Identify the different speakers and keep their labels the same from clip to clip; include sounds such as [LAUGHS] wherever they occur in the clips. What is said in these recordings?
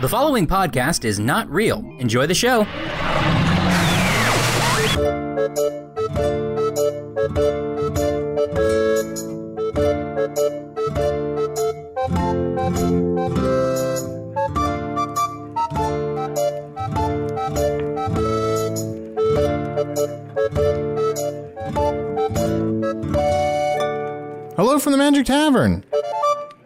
Speaker 1: The following podcast is not real. Enjoy the show.
Speaker 2: Hello from the Magic Tavern,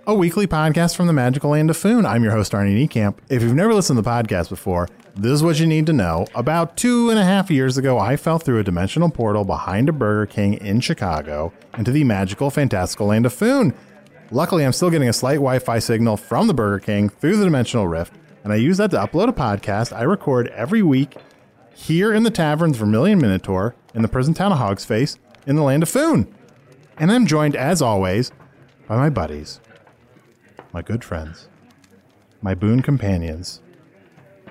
Speaker 2: a weekly podcast from the magical land of Foon. I'm your host, Arnie Niekamp. If you've never listened to the podcast before, this is what you need to know. About two and a half years ago, I fell through a dimensional portal behind a Burger King in Chicago into the magical, fantastical land of Foon. Luckily, I'm still getting a slight Wi Fi signal from the Burger King through the dimensional rift, and I use that to upload a podcast I record every week here in the tavern's Vermilion Minotaur, in the prison town of Hogsface, in the land of Foon. And I'm joined, as always, by my buddies, my good friends, my boon companions,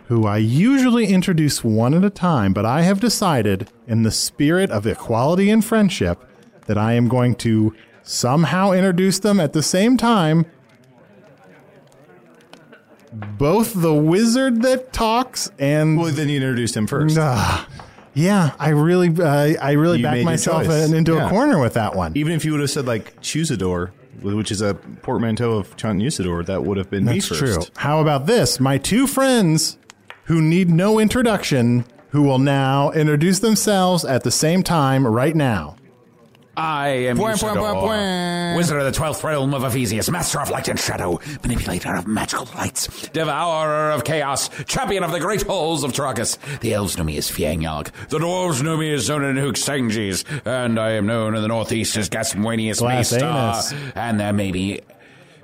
Speaker 2: who I usually introduce one at a time, but I have decided, in the spirit of equality and friendship, that I am going to somehow introduce them at the same time. Both the wizard that talks and
Speaker 3: Well, then you introduced him first.
Speaker 2: Ah, yeah, I really, uh, I really
Speaker 3: You made
Speaker 2: backed
Speaker 3: your
Speaker 2: myself
Speaker 3: choice.
Speaker 2: in- into a
Speaker 3: Yeah.
Speaker 2: corner with that one.
Speaker 3: Even if you would have said like Chusador, which is a portmanteau of Chantusador, that would have been
Speaker 2: That's
Speaker 3: me
Speaker 2: true.
Speaker 3: first.
Speaker 2: How about this? My two friends who need no introduction, who will now introduce themselves at the same time right now.
Speaker 4: I am
Speaker 5: Bwah,
Speaker 4: Usador,
Speaker 5: bwah, bwah, bwah.
Speaker 4: wizard of the twelfth realm of Ephesius, master of light and shadow, manipulator of magical lights, devourer of chaos, champion of the great halls of Tragus. The elves know me as Fiangyog, the dwarves know me as Zonin Hookstangis, and I am known in the northeast as Gasmoenius
Speaker 2: Glass
Speaker 4: Maestar, and there may be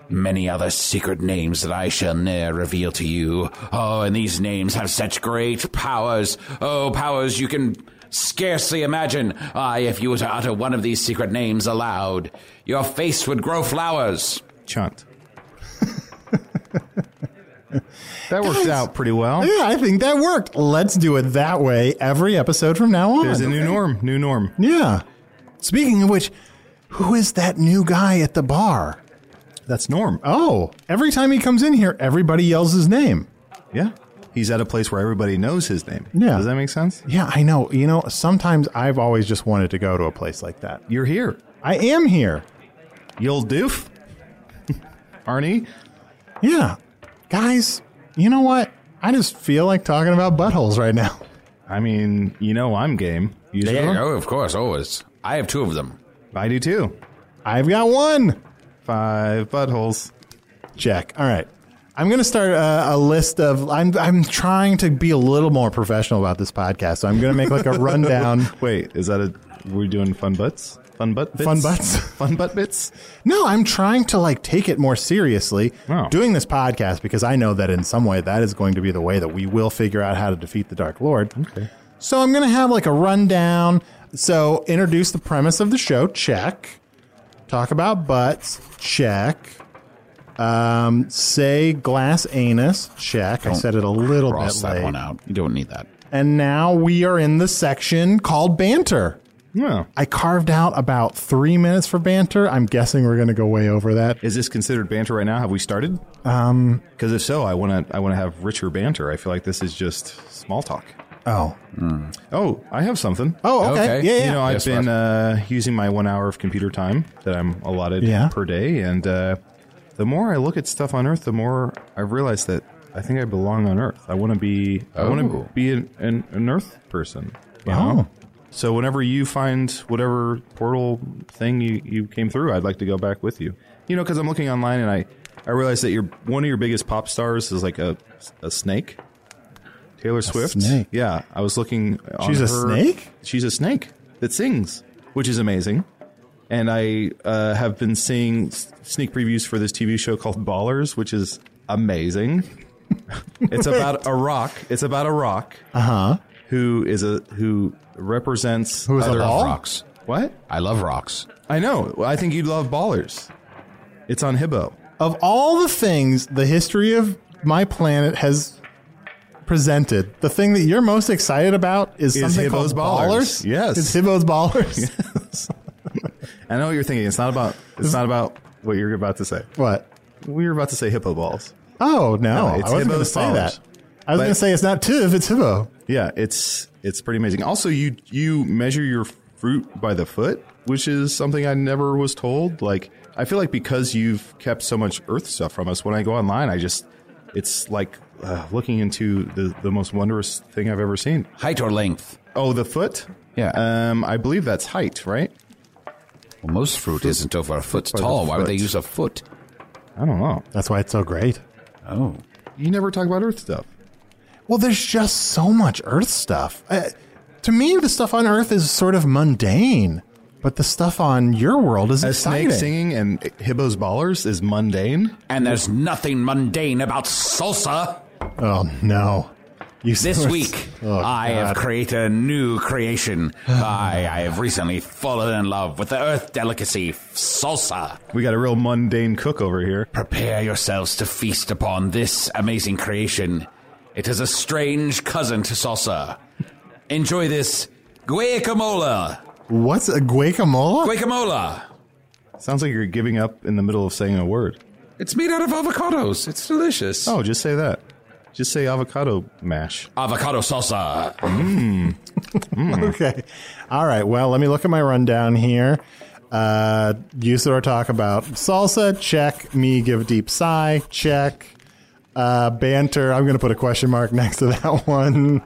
Speaker 4: many other secret names that I shall ne'er reveal to you. Oh, and these names have such great powers. Oh, powers you can scarcely imagine. Aye, if you were to utter one of these secret names aloud, your face would grow flowers.
Speaker 3: Chant. [LAUGHS] that worked out pretty well.
Speaker 2: Yeah, I think that worked. Let's do it that way every episode from now on.
Speaker 3: There's a new norm. New norm.
Speaker 2: yeah. Speaking of which, who is that new guy at the bar?
Speaker 3: That's norm.
Speaker 2: Oh, every time he comes in here, everybody yells his name.
Speaker 3: Yeah. He's at a place where everybody knows his name.
Speaker 2: Yeah.
Speaker 3: Does that make sense?
Speaker 2: Yeah, I know. You know, sometimes I've always just wanted to go to a place like that.
Speaker 3: You're here.
Speaker 2: I am here.
Speaker 3: You'll doof. [LAUGHS] Arnie,
Speaker 2: Yeah. Guys, you know what? I just feel like talking about buttholes right now.
Speaker 3: I mean, you know I'm game. Usually.
Speaker 4: Oh, of course, always. I have two of them.
Speaker 3: I do too.
Speaker 2: I've got one.
Speaker 3: Five buttholes.
Speaker 2: Check. All right. I'm going to start uh, a, a list of. I'm, I'm trying to be a little more professional about this podcast. So I'm going to make
Speaker 3: [LAUGHS]
Speaker 2: like a rundown.
Speaker 3: Wait, is that a? We're doing fun butts. Fun butt. Bits?
Speaker 2: Fun butts?
Speaker 3: [LAUGHS] fun butt bits.
Speaker 2: No, I'm trying to like take it more seriously
Speaker 3: Oh.
Speaker 2: doing this podcast because I know that in some way that is going to be the way that we will figure out how to defeat the Dark Lord. Okay. So I'm going to have like a rundown. So introduce the premise of the show, check. Talk about butts, check. Um, say glass anus, check. I said it a little bit
Speaker 4: Cross that
Speaker 2: late.
Speaker 4: one out. You don't need that.
Speaker 2: And now we are in the section called banter.
Speaker 3: No.
Speaker 2: I carved out about three minutes for banter. I'm guessing we're going to go way over that.
Speaker 3: Is this considered banter right now? Have we started? Um, because if so, I want to. I want to have richer banter. I feel like this is just small talk.
Speaker 2: Oh,
Speaker 3: Oh, I have something.
Speaker 2: oh, okay,
Speaker 4: Okay.
Speaker 2: yeah, yeah.
Speaker 3: You know, I've
Speaker 4: Yes,
Speaker 3: been
Speaker 4: Roger.
Speaker 3: uh, using my one hour of computer time that I'm allotted
Speaker 2: Yeah.
Speaker 3: per day, and uh, the more I look at stuff on Earth, the more I realize that I think I belong on Earth. I want to be. I want
Speaker 4: Oh.
Speaker 3: to be an, an, an Earth person. you
Speaker 2: Oh.
Speaker 3: know? So whenever you find whatever portal thing you, you came through, I'd like to go back with you. You know, because I'm looking online and I, I realize that your one of your biggest pop stars is like a, a snake. Taylor Swift.
Speaker 2: snake.
Speaker 3: Yeah, I was looking. On
Speaker 2: She's a
Speaker 3: her-
Speaker 2: snake?
Speaker 3: She's a snake that sings, which is amazing. And I uh, have been seeing s- sneak previews for this TV show called Ballers, which is
Speaker 2: [LAUGHS]
Speaker 3: amazing. it's about a rock. It's about a rock. Uh huh. Who is a who represents
Speaker 2: Uh-huh. Who is a
Speaker 3: other
Speaker 2: ball?
Speaker 3: rocks? What?
Speaker 4: I love rocks.
Speaker 3: I know. Well, I think you'd love Ballers. It's on Hibbo.
Speaker 2: Of all the things the history of my planet has presented, the thing that you're most excited about is,
Speaker 3: Is
Speaker 2: something
Speaker 3: Hibbo's
Speaker 2: called
Speaker 3: Ballers.
Speaker 2: ballers.
Speaker 3: Yes.
Speaker 2: it's Hibbo's
Speaker 3: [LAUGHS]
Speaker 2: ballers.
Speaker 3: I know what you're thinking. It's not about. It's not about what you're about to say.
Speaker 2: What?
Speaker 3: We were about to say hippo balls.
Speaker 2: Oh no,
Speaker 3: No, it's
Speaker 2: I wasn't going to
Speaker 3: Hibbo's
Speaker 2: say
Speaker 3: Ballers.
Speaker 2: that. I was
Speaker 3: But-
Speaker 2: going to say it's not Tiv, it's Hibbo.
Speaker 3: Yeah, it's it's pretty amazing. Also, you you measure your fruit by the foot, which is something I never was told. Like I feel like because you've kept so much earth stuff from us, when I go online, I just it's like uh, looking into the the most wondrous thing I've ever seen.
Speaker 4: Height or length?
Speaker 3: Oh, the foot.
Speaker 4: Yeah.
Speaker 3: Um, I believe that's height, right?
Speaker 4: Well, most fruit isn't over a foot
Speaker 3: by the
Speaker 4: tall. Why would they
Speaker 3: foot.
Speaker 4: use a foot?
Speaker 3: I don't know.
Speaker 2: That's why it's so great.
Speaker 4: Oh.
Speaker 3: You never talk about earth stuff.
Speaker 2: Well, there's just so much Earth stuff. Uh, to me, the stuff on Earth is sort of mundane, but the stuff on your world is
Speaker 3: A
Speaker 2: exciting.
Speaker 3: snake singing and hibbo's ballers is mundane.
Speaker 4: And there's nothing mundane about salsa.
Speaker 2: Oh no! You [LAUGHS]
Speaker 4: This
Speaker 2: sourced-
Speaker 4: week,
Speaker 2: Oh,
Speaker 4: I have
Speaker 2: God.
Speaker 4: created a new creation. I, I have recently fallen in love with the earth delicacy, salsa.
Speaker 3: We got a real mundane cook over here.
Speaker 4: Prepare yourselves to feast upon this amazing creation. It is a strange cousin to salsa. Enjoy this guacamole.
Speaker 2: What's a guacamole?
Speaker 4: Guacamole.
Speaker 3: Sounds like you're giving up in the middle of saying a word.
Speaker 4: It's made out of avocados. It's delicious.
Speaker 3: Oh, just say that. Just say avocado mash.
Speaker 4: Avocado salsa.
Speaker 2: [LAUGHS] okay. All right. Well, let me look at my rundown here. Uh, Usador talk about salsa. Check. Me give a deep sigh. Check. Uh, banter. I'm going to put a question mark [LAUGHS] next to that one.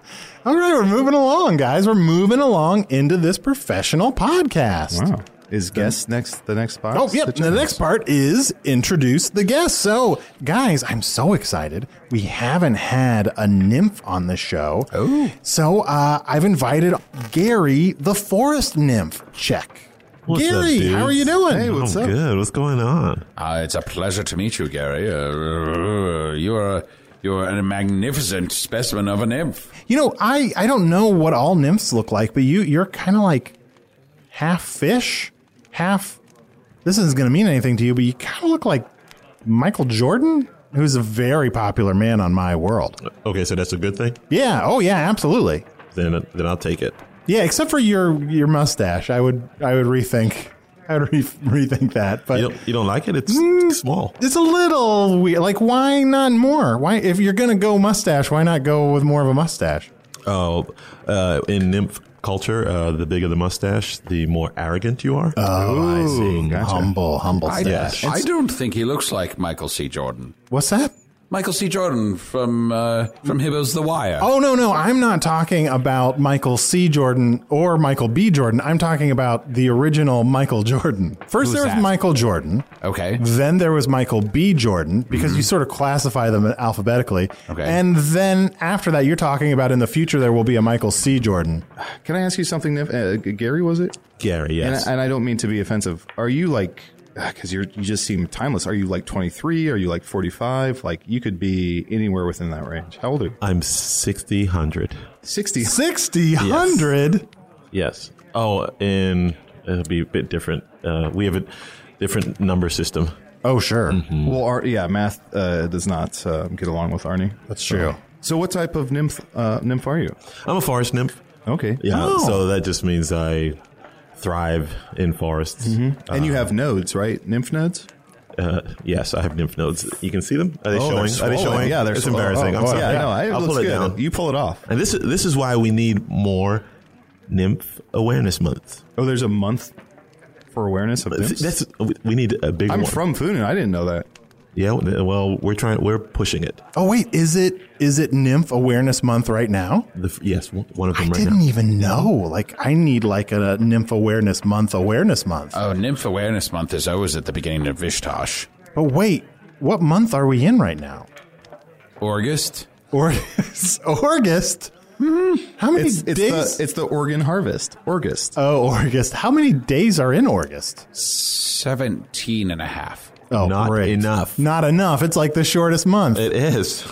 Speaker 2: All right. We're moving along, guys. We're moving along into this professional podcast.
Speaker 3: Wow. Is guest next the next box?
Speaker 2: Oh, yep.
Speaker 3: that
Speaker 2: The
Speaker 3: you-
Speaker 2: next part is introduce the guest. So, guys, I'm so excited. We haven't had a nymph on the show. Oh. So, uh, I've invited Gary, the forest nymph. Check.
Speaker 5: What's up,
Speaker 2: Gary, how are
Speaker 5: dudes?
Speaker 2: you doing?
Speaker 3: Hey, what's
Speaker 5: I'm
Speaker 3: up?
Speaker 5: good. What's going on?
Speaker 4: Uh, it's a pleasure to meet you, Gary. Uh, you are you are a magnificent specimen of a nymph.
Speaker 2: You know, I, I don't know what all nymphs look like, but you you're kind of like half fish, half. This isn't going to mean anything to you, but you kind of look like Michael Jordan, who's a very popular man on my world.
Speaker 5: Okay, so that's a good thing.
Speaker 2: Yeah. Oh, yeah. Absolutely.
Speaker 5: Then, then I'll take it.
Speaker 2: Yeah, except for your your mustache, I would I would rethink I would re- rethink that. But
Speaker 5: You don't, you don't like it? It's
Speaker 2: Mm.
Speaker 5: small.
Speaker 2: it's a little weird. Like, why not more? Why if you're gonna go mustache, why not go with more of a mustache?
Speaker 5: Oh, uh, in nymph culture, uh, the bigger the mustache, the more arrogant you are. Oh, I see.
Speaker 2: Humble, humble
Speaker 4: I,
Speaker 2: stash.
Speaker 4: I don't think he looks like Michael C. Jordan.
Speaker 2: What's that?
Speaker 4: Michael C. Jordan from uh, from Hibbo's The Wire.
Speaker 2: Oh no, no, I'm not talking about Michael C. Jordan or Michael B. Jordan. I'm talking about the original Michael Jordan. First,
Speaker 4: Who's
Speaker 2: there was
Speaker 4: that?
Speaker 2: Michael Jordan.
Speaker 4: okay.
Speaker 2: Then there was Michael B. Jordan because
Speaker 3: Mm-hmm.
Speaker 2: you sort of classify them alphabetically.
Speaker 4: Okay.
Speaker 2: And then after that, you're talking about in the future there will be a Michael C. Jordan.
Speaker 3: Uh, Can I ask you something? Niff? Uh, Gary, was it?
Speaker 5: Gary, yes.
Speaker 3: And, I, and I don't mean to be offensive. Are you like? Because you you just seem timeless. Are you like 23? Are you like 45? Like you could be anywhere within that range. How old are you?
Speaker 5: I'm 60, 100.
Speaker 3: 60.
Speaker 2: 60, 100.
Speaker 5: Yes. Oh, and it'll be a bit different. Uh, we have a different number system.
Speaker 2: Oh, sure.
Speaker 5: Mm-hmm.
Speaker 3: Well, Ar- yeah, math uh, does not uh, get along with Arnie.
Speaker 2: That's true.
Speaker 3: So, what type of nymph uh, nymph are you?
Speaker 5: I'm a forest nymph.
Speaker 3: Okay.
Speaker 5: Yeah,
Speaker 3: Oh.
Speaker 5: so that just means I thrive in forests.
Speaker 3: and you have nodes, right? Nymph nodes.
Speaker 5: Uh, yes, I have nymph nodes. You can see them. Are they
Speaker 3: Oh, they're
Speaker 5: showing? Are they
Speaker 3: swollen.
Speaker 5: showing?
Speaker 3: Yeah, they're
Speaker 5: It's
Speaker 3: swollen.
Speaker 5: embarrassing.
Speaker 3: Oh,
Speaker 5: I'm
Speaker 3: wow.
Speaker 5: sorry.
Speaker 3: Yeah, no, it
Speaker 5: I'll
Speaker 3: looks
Speaker 5: pull it
Speaker 3: good.
Speaker 5: down.
Speaker 3: You pull it off.
Speaker 5: And this this is why we need more nymph awareness month.
Speaker 3: Oh, there's a month for awareness of nymphs.
Speaker 5: That's we need a big
Speaker 3: I'm
Speaker 5: one.
Speaker 3: from Funan. I didn't know that.
Speaker 5: yeah. Well, we're trying. We're pushing it.
Speaker 2: Oh wait, is it is it Nymph Awareness Month right now?
Speaker 5: The, f- yes, one one of them
Speaker 2: I
Speaker 5: right
Speaker 2: didn't e-,
Speaker 5: now.
Speaker 2: even know. Like I need like a, Nymph Awareness Month Awareness
Speaker 3: Uh,
Speaker 2: Month.
Speaker 4: Oh, Nymph Awareness Month is always at the beginning of Vishtosh.
Speaker 2: but wait, what month are we in right now?
Speaker 4: August?
Speaker 2: Or [LAUGHS] it's August? How many
Speaker 3: Mm-hmm. It's, it's
Speaker 2: days?
Speaker 3: the it's the Oregon harvest. August.
Speaker 2: oh, August. How many days are in August?
Speaker 4: 17 and a half.
Speaker 2: Oh,
Speaker 5: Not
Speaker 2: great.
Speaker 5: enough. Eh.
Speaker 2: Not enough. It's like the shortest month.
Speaker 5: It is.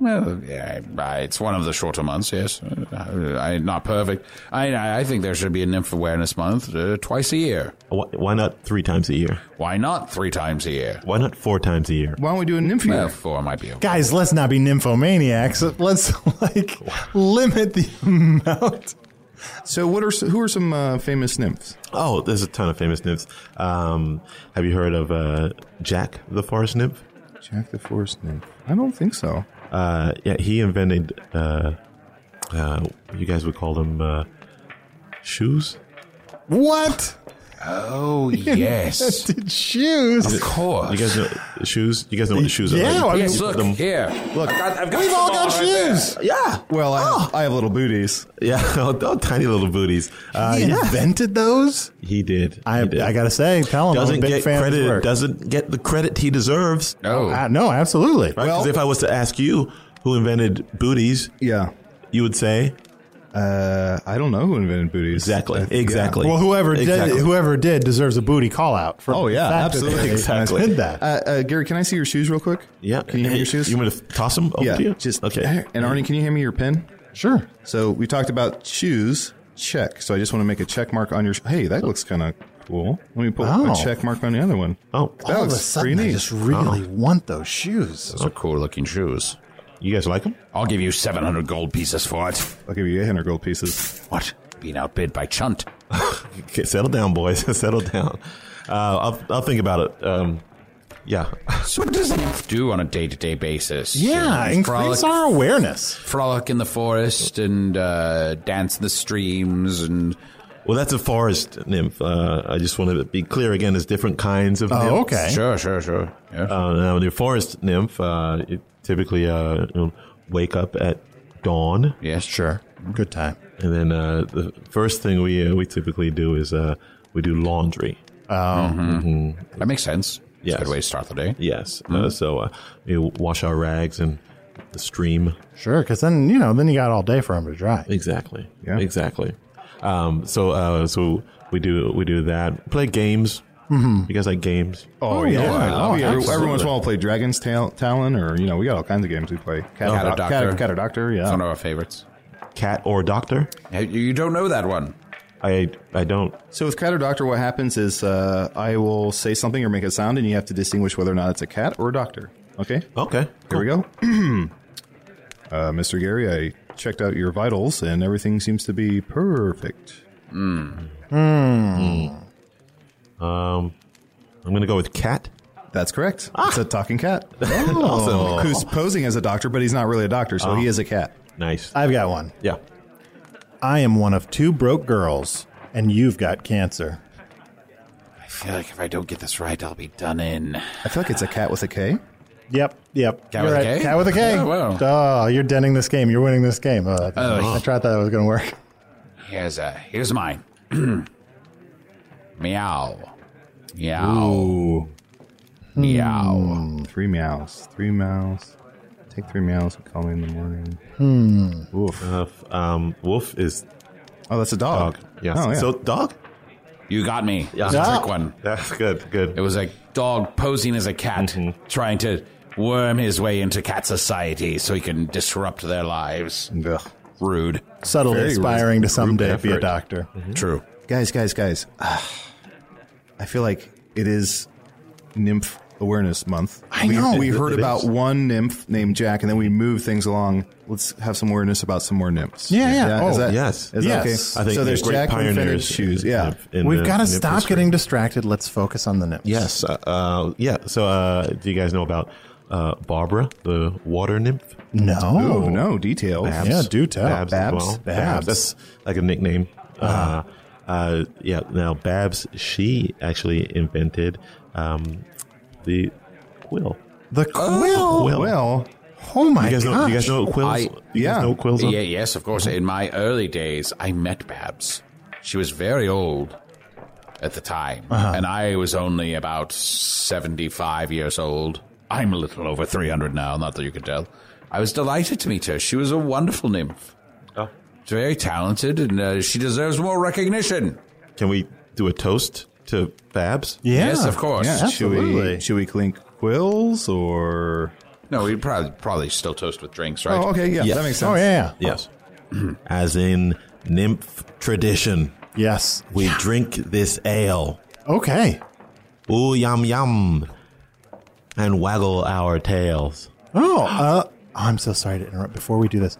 Speaker 4: Well, yeah, I- it's one of the shorter months, yes. Uh, I, not perfect. I, I think there should be a Nymph Awareness Month uh, twice a year.
Speaker 5: Why, why not three times a year?
Speaker 4: Why not three times a year?
Speaker 5: Why not four times a year?
Speaker 3: Why don't we do a nymph year?
Speaker 4: Well, four might be. okay.
Speaker 2: Guys, let's not be nymphomaniacs. Let's [LAUGHS] like limit the amount.
Speaker 3: So, what are s- who are some uh, famous nymphs?
Speaker 5: Oh, there's a ton of famous nymphs. Um, have you heard of uh, Jack the forest nymph?
Speaker 3: Jack the Forest nymph. I don't think so.
Speaker 5: Uh, yeah, he invented. Uh, uh, you guys would call them uh, shoes.
Speaker 2: What? [LAUGHS]
Speaker 4: Oh, yes.
Speaker 2: Did shoes?
Speaker 4: of course.
Speaker 5: You guys know shoes. You guys know what the shoes
Speaker 2: Yeah,
Speaker 5: are.
Speaker 2: I
Speaker 5: right?
Speaker 4: yes, look,
Speaker 5: Them-
Speaker 4: here. Look, I've got, I've got
Speaker 2: We've all got
Speaker 4: some right there.
Speaker 2: shoes.
Speaker 5: yeah,
Speaker 3: Well, I
Speaker 2: Oh.
Speaker 3: have, I have little booties.
Speaker 5: yeah. [LAUGHS] oh, tiny little booties. Uh,
Speaker 2: He
Speaker 5: yeah,
Speaker 2: invented those?
Speaker 5: he did.
Speaker 2: I,
Speaker 5: He did.
Speaker 2: I gotta say, tell him I'm
Speaker 5: doesn't
Speaker 2: a big
Speaker 5: get
Speaker 2: fan of his
Speaker 5: credit.
Speaker 2: work.
Speaker 5: Doesn't get the credit he deserves.
Speaker 4: Oh,
Speaker 2: Uh, no, absolutely.
Speaker 5: Right? 'Cause if I was to ask you who invented booties,
Speaker 3: Yeah.
Speaker 5: you would say
Speaker 3: Uh, I don't know who invented booties.
Speaker 5: exactly,
Speaker 3: Uh, yeah.
Speaker 5: exactly.
Speaker 2: Well, whoever
Speaker 5: Exactly.
Speaker 2: did, whoever did deserves a booty call out. For
Speaker 3: Oh,
Speaker 2: the fact
Speaker 3: yeah,
Speaker 2: that
Speaker 3: absolutely.
Speaker 2: they [LAUGHS]
Speaker 5: Exactly.
Speaker 2: Did that.
Speaker 3: Uh, uh, Gary, can I see your shoes real quick?
Speaker 5: Yeah.
Speaker 3: Can you hand me your shoes?
Speaker 5: You want me to toss them over
Speaker 3: yeah.
Speaker 5: to you?
Speaker 3: Just
Speaker 5: okay.
Speaker 3: And Arnie, can you hand me your pen?
Speaker 2: sure.
Speaker 3: So we talked about shoes. Check. So I just want to make a check mark on your. Hey, that looks kind of cool. Let me put
Speaker 2: Wow.
Speaker 3: a check mark on the other one.
Speaker 5: Oh,
Speaker 3: that
Speaker 2: All of a
Speaker 3: looks pretty
Speaker 2: sudden, I
Speaker 3: neat.
Speaker 2: just really want those shoes.
Speaker 4: those are cool looking shoes.
Speaker 5: you guys like them?
Speaker 4: I'll give you 700 gold pieces for it.
Speaker 3: I'll give you 800 gold pieces.
Speaker 4: What? Being outbid by Chunt.
Speaker 5: Okay, settle down, boys. [LAUGHS] settle down. Uh, I'll I'll think about it. Um, yeah. [LAUGHS]
Speaker 4: So what does it do on a day-to-day basis?
Speaker 2: Yeah,
Speaker 4: Uh,
Speaker 2: increase
Speaker 4: frolic,
Speaker 2: our awareness.
Speaker 4: frolic in the forest and uh, dance in the streams and
Speaker 5: Well, that's a forest nymph. Uh, I just want to be clear again. There's different kinds of.
Speaker 2: Oh,
Speaker 5: nymphs.
Speaker 2: okay.
Speaker 4: sure, sure, sure. Yeah.
Speaker 5: Uh, now, the forest nymph uh, it typically uh, you know, wake up at dawn,
Speaker 4: yes,
Speaker 2: Sure. Good time.
Speaker 5: and then uh, the first thing we uh, we typically do is uh, we do laundry.
Speaker 4: that makes sense. It's
Speaker 5: Yes.
Speaker 4: a good way to start the day.
Speaker 5: Yes.
Speaker 3: Mm-hmm.
Speaker 5: Uh, so uh, we wash our rags in the stream.
Speaker 2: Sure, because then you know, then you got all day for them to dry.
Speaker 5: Exactly. Yeah. Exactly. Um, so uh, so we do we do that. Play games. Mm-hmm. You guys like games?
Speaker 3: Oh, yeah.
Speaker 2: wow.
Speaker 3: Oh, yeah. Every-
Speaker 2: Absolutely.
Speaker 3: Every once in a while, we play Dragon's Tal- Talon, or, you know, we got all kinds of games we play. Cat,
Speaker 4: Cat or
Speaker 3: Doc-
Speaker 4: Doctor.
Speaker 3: Cat, Cat or Doctor,
Speaker 4: It's one
Speaker 3: yeah.
Speaker 4: of our favorites.
Speaker 5: Cat or doctor?
Speaker 4: Hey, You you don't know that one.
Speaker 5: I I don't.
Speaker 3: So with Cat or Doctor, what happens is uh, I will say something or make a sound, and you have to distinguish whether or not it's a cat or a doctor. Okay?
Speaker 5: Okay.
Speaker 3: Here we go. [CLEARS THROAT] uh, Mr. Gary, I checked out your vitals, and everything seems to be perfect.
Speaker 5: I'm gonna go with cat.
Speaker 3: That's correct.
Speaker 2: Ah.
Speaker 3: It's a
Speaker 2: [LAUGHS]
Speaker 3: talking cat. Oh.
Speaker 5: Awesome.
Speaker 3: Who's posing as a doctor, but he's not really a doctor, so he
Speaker 2: Uh-huh.
Speaker 3: is a cat.
Speaker 5: Nice.
Speaker 2: I've got one.
Speaker 5: yeah.
Speaker 2: I am one of two broke girls, and you've got cancer.
Speaker 4: I feel like if I don't get this right, I'll be done in.
Speaker 3: I feel like it's a cat with a K.
Speaker 2: Yep, yep.
Speaker 4: Cat
Speaker 2: You're
Speaker 4: with a K?
Speaker 2: Cat with a K.
Speaker 4: Oh, wow. Oh.
Speaker 2: Oh, you're denting this game. You're winning this game. Uh, I tried that it was going to work.
Speaker 4: Here's a here's mine. [CLEARS THROAT] Meow. Meow.
Speaker 3: Ooh.
Speaker 4: Meow.
Speaker 3: Three meows. Three meows. Take three meows and call me in the morning.
Speaker 5: Wolf. Uh, f- um, wolf is
Speaker 3: Oh, that's a dog.
Speaker 5: dog. Yes.
Speaker 3: Oh, yeah.
Speaker 5: So [LAUGHS] dog.
Speaker 4: You got me. It was a
Speaker 2: Yeah.
Speaker 4: trick one.
Speaker 5: That's good.
Speaker 4: It
Speaker 5: Good.
Speaker 4: was a dog posing as a cat, trying to worm his way into cat society so he can disrupt their lives.
Speaker 3: Ugh.
Speaker 4: Rude.
Speaker 2: Subtly
Speaker 3: Very
Speaker 2: aspiring to someday be a
Speaker 5: effort.
Speaker 2: doctor.
Speaker 4: True.
Speaker 3: [SIGHS] Guys, guys, guys. Ah, I feel like it is nymph Awareness Month.
Speaker 2: I
Speaker 3: we,
Speaker 2: know.
Speaker 3: [LAUGHS] We heard
Speaker 5: It is.
Speaker 3: about one nymph named Jack, and then we moved things along. Let's have some awareness about some more nymphs.
Speaker 2: Yeah, yeah.
Speaker 3: is
Speaker 2: Oh,
Speaker 3: that-
Speaker 5: yes.
Speaker 3: Is that
Speaker 2: Yes.
Speaker 3: okay? so there's
Speaker 5: great
Speaker 3: Jack and Fenner's
Speaker 5: pioneers
Speaker 3: shoes.
Speaker 5: in-
Speaker 3: Yeah.
Speaker 5: in
Speaker 2: We've
Speaker 5: the
Speaker 2: got to
Speaker 5: nymphal
Speaker 2: stop
Speaker 5: sphere.
Speaker 2: getting distracted. Let's focus on the nymphs.
Speaker 5: Yes. Uh, uh, yeah. So, uh, do you guys know about uh, Barbara, the water nymph?
Speaker 2: No.
Speaker 3: Oh no, details.
Speaker 2: Yeah, do tell.
Speaker 5: Babs,
Speaker 2: Babs.
Speaker 5: as well.
Speaker 2: Babs.
Speaker 5: That's like a nickname. Uh, uh, yeah. Now, Babs, she actually invented um, the quill.
Speaker 2: The
Speaker 4: Oh.
Speaker 2: quill.
Speaker 5: quill.
Speaker 3: Well,
Speaker 2: Oh my
Speaker 5: You guys know?
Speaker 2: god.
Speaker 5: You guys know what quills?
Speaker 4: I-
Speaker 5: you guys
Speaker 3: yeah.
Speaker 5: know what quills? are?
Speaker 4: Yeah, yes, of
Speaker 5: Uh-huh.
Speaker 4: course. In my early days, I met Babs. She was very old at the time,
Speaker 5: Uh-huh.
Speaker 4: and I was only about 75 years old. I'm a little over 300 now, not that you can tell. I was delighted to meet her. She was a wonderful nymph.
Speaker 5: Oh.
Speaker 4: She's Very talented, and uh, she deserves more recognition.
Speaker 5: Can we do a toast to Babs?
Speaker 2: Yeah.
Speaker 4: Yes, of course.
Speaker 3: yeah. Should we
Speaker 2: absolutely.
Speaker 3: should we clink quills or?
Speaker 4: No, we probably probably still toast with drinks, right?
Speaker 3: Oh, okay. Yeah,
Speaker 5: Yes.
Speaker 3: that makes sense.
Speaker 2: Oh yeah.
Speaker 5: Yes. As in nymph tradition,
Speaker 2: Yes.
Speaker 5: we drink this ale.
Speaker 2: Okay.
Speaker 5: Ooh, yum, yum. And waggle our tails.
Speaker 2: Oh, uh, I'm so sorry to interrupt. Before we do this,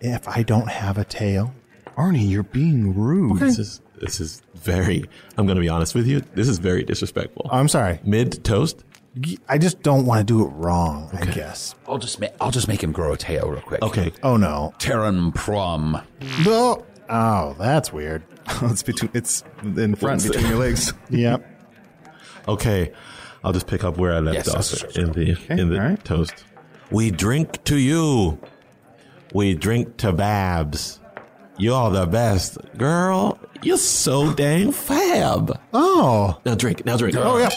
Speaker 2: if I don't have a tail,
Speaker 3: Arnie, you're being rude.
Speaker 5: This is this is very. I'm going to be honest with you. This is very disrespectful.
Speaker 4: Uh,
Speaker 2: I'm sorry.
Speaker 5: Mid toast.
Speaker 2: I just don't want to do it wrong. I guess.
Speaker 4: I'll just ma- I'll just make him grow a tail real quick.
Speaker 5: Okay.
Speaker 2: Oh no.
Speaker 4: Terran Prom.
Speaker 2: No. Oh, that's weird.
Speaker 3: [LAUGHS] it's between. It's in front between your legs.
Speaker 2: [LAUGHS] Yep.
Speaker 5: Okay. I'll just pick up where I left
Speaker 4: uh, Yes,
Speaker 5: off
Speaker 4: yes, yes,
Speaker 5: in the in the
Speaker 3: all right.
Speaker 5: toast. We drink to you. We drink to Babs. You're the best, girl. You're so dang fab.
Speaker 2: Oh.
Speaker 5: Now drink. Now drink. Oh yeah.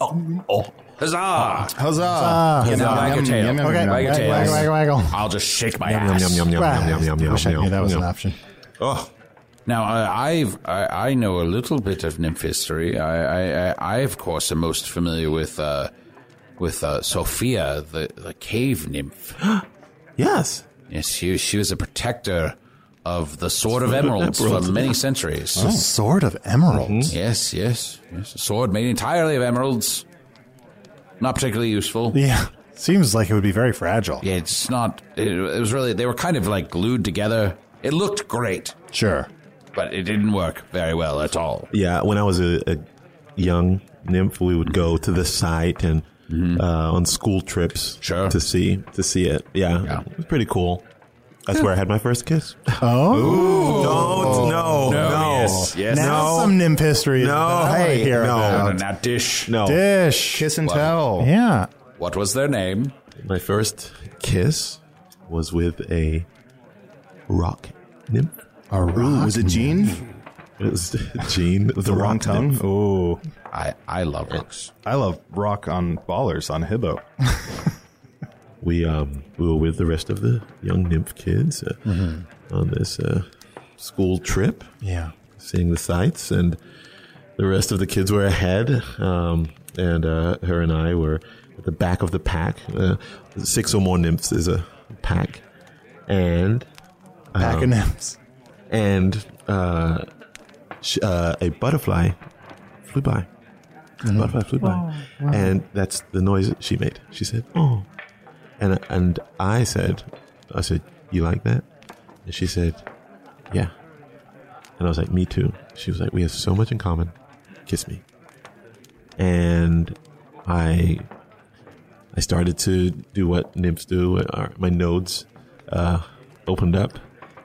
Speaker 5: Oh, oh.
Speaker 4: Huzzah!
Speaker 3: Huzzah!
Speaker 4: Yum, yum,
Speaker 3: Uh, Yum,
Speaker 4: wag your tail.
Speaker 3: yum, yum,
Speaker 2: Okay.
Speaker 3: yum,
Speaker 4: Wag your
Speaker 3: yum.
Speaker 4: tail.
Speaker 2: Waggle, waggle, waggle.
Speaker 4: I'll just shake my
Speaker 5: Yum, yum,
Speaker 4: ass.
Speaker 5: yum, yum, yum,
Speaker 2: Ah,
Speaker 5: yum, yum, yum,
Speaker 2: wish I
Speaker 5: yum,
Speaker 2: knew that was
Speaker 5: yum.
Speaker 2: an option.
Speaker 5: Oh,
Speaker 4: Now, I, I've I, I know a little bit of nymph history. I, I, I, I of course, am most familiar with uh, with uh, Sophia, the, the cave nymph.
Speaker 5: yes.
Speaker 4: Yes, she she was a protector of the Sword of Emeralds
Speaker 5: Emeralds.
Speaker 4: for many centuries.
Speaker 2: The sword of emeralds.
Speaker 4: Yes, yes, yes. A sword made entirely of emeralds. Not particularly useful.
Speaker 2: Yeah. Seems like it would be very fragile.
Speaker 4: Yeah, it's not. It, it was really they were kind of like glued together. It looked great,
Speaker 2: Sure.
Speaker 4: but it didn't work very well at all.
Speaker 5: Yeah, when I was a, a young nymph, we would go to the site and uh, on school trips
Speaker 4: Sure.
Speaker 5: to see to see it. Yeah, it was pretty cool. That's where I had my first kiss.
Speaker 2: Oh.
Speaker 5: Don't no no Oh, no
Speaker 4: yes, yes.
Speaker 2: now some nymph history.
Speaker 5: No,
Speaker 2: that I wanna
Speaker 5: hey,
Speaker 2: hear
Speaker 5: no.
Speaker 2: about.
Speaker 4: And that dish.
Speaker 5: no.
Speaker 2: Dish.
Speaker 3: Kiss and tell.
Speaker 2: Yeah.
Speaker 4: What was their name?
Speaker 5: My first kiss was with a rock nymph.
Speaker 2: A
Speaker 3: Ooh,
Speaker 2: rock.
Speaker 3: was it Gene?
Speaker 5: It was [LAUGHS] Jean, the,
Speaker 3: The wrong
Speaker 5: rock
Speaker 3: tongue.
Speaker 5: nymph.
Speaker 3: Oh,
Speaker 4: I I love rocks.
Speaker 3: I love rock on ballers on Hibbo.
Speaker 5: We um we were with the rest of the young nymph kids uh, on this uh, school trip.
Speaker 2: Yeah.
Speaker 5: seeing the sights, and the rest of the kids were ahead, um, and uh, her and I were at the back of the pack. Uh, six or more nymphs is a pack, and
Speaker 2: Pack of nymphs.
Speaker 5: and uh, sh- uh, a butterfly flew by. A butterfly flew by, and that's the noise she made. She said, "Oh," and and I said, "I said you like that," and she said, "Yeah," and I was like, "Me too." She was like, "We have so much in common. Kiss me," and I. I started to do what nymphs do. Uh, My nodes uh, opened up,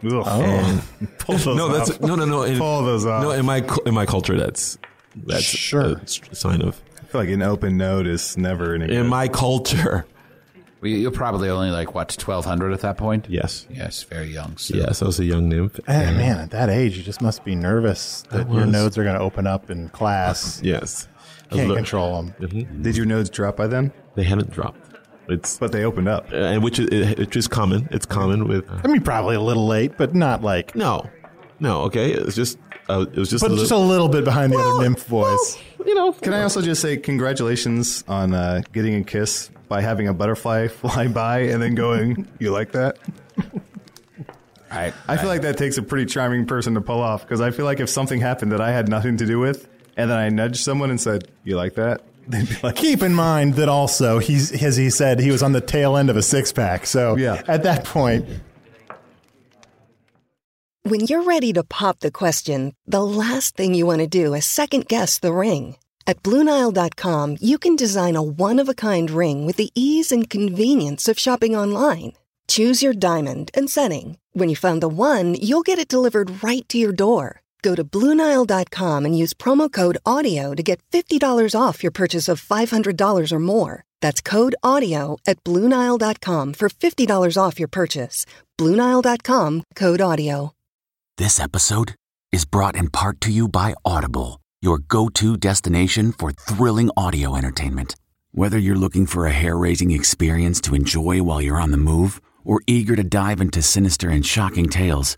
Speaker 2: Oh.
Speaker 3: Pull those
Speaker 5: no, that's
Speaker 3: off.
Speaker 5: no, no, no. In,
Speaker 3: Pull those off.
Speaker 5: No, in my cu- in my culture, that's that's
Speaker 2: Sure.
Speaker 5: a s- sign of
Speaker 3: I feel like an open note is never an.
Speaker 5: in my culture.
Speaker 4: Well, you're probably only like what twelve hundred at that point.
Speaker 5: Yes,
Speaker 4: Yes, very young. So.
Speaker 5: yes. I was a young nymph.
Speaker 2: Eh, man, at that age, you just must be nervous that your
Speaker 5: was.
Speaker 2: nodes are going to open up in class.
Speaker 5: Yes, I was
Speaker 2: Can't
Speaker 5: lo-
Speaker 2: control them.
Speaker 3: Did your nodes drop by then?
Speaker 5: They haven't dropped. It's
Speaker 3: But they opened up.
Speaker 5: uh, and which is, which is common. It's common with
Speaker 2: I mean, [LAUGHS] probably a little late, but not like.
Speaker 5: no, no. Okay, it's just uh, it was just
Speaker 2: But
Speaker 5: a
Speaker 2: just a
Speaker 5: little-
Speaker 2: little bit behind the other nymph voice.
Speaker 3: Can I also just say congratulations on uh, getting a kiss by having a butterfly [LAUGHS] fly by and then going, "You like that?"
Speaker 4: I,
Speaker 3: I feel like that takes a pretty charming person to pull off because I feel like if something happened that I had nothing to do with, and then I nudged someone and said, "You like that?" They'd be like,
Speaker 2: Keep in mind that also he's as he said he was on the tail end of a six pack. So
Speaker 3: Yeah.
Speaker 2: at that point,
Speaker 6: When you're ready to pop the question, the last thing you want to do is second guess the ring. At Bluenile.com, you can design a one of a kind ring with the ease and convenience of shopping online. Choose your diamond and setting. When you find the one, you'll get it delivered right to your door. Go to Bluenile.com and use promo code AUDIO to get $50 off your purchase of $500 or more. That's code AUDIO at Bluenile.com for $50 off your purchase. Bluenile.com code AUDIO.
Speaker 7: This episode is brought in part to you by Audible, your go to destination for thrilling audio entertainment. Whether you're looking for a hair raising experience to enjoy while you're on the move or eager to dive into sinister and shocking tales,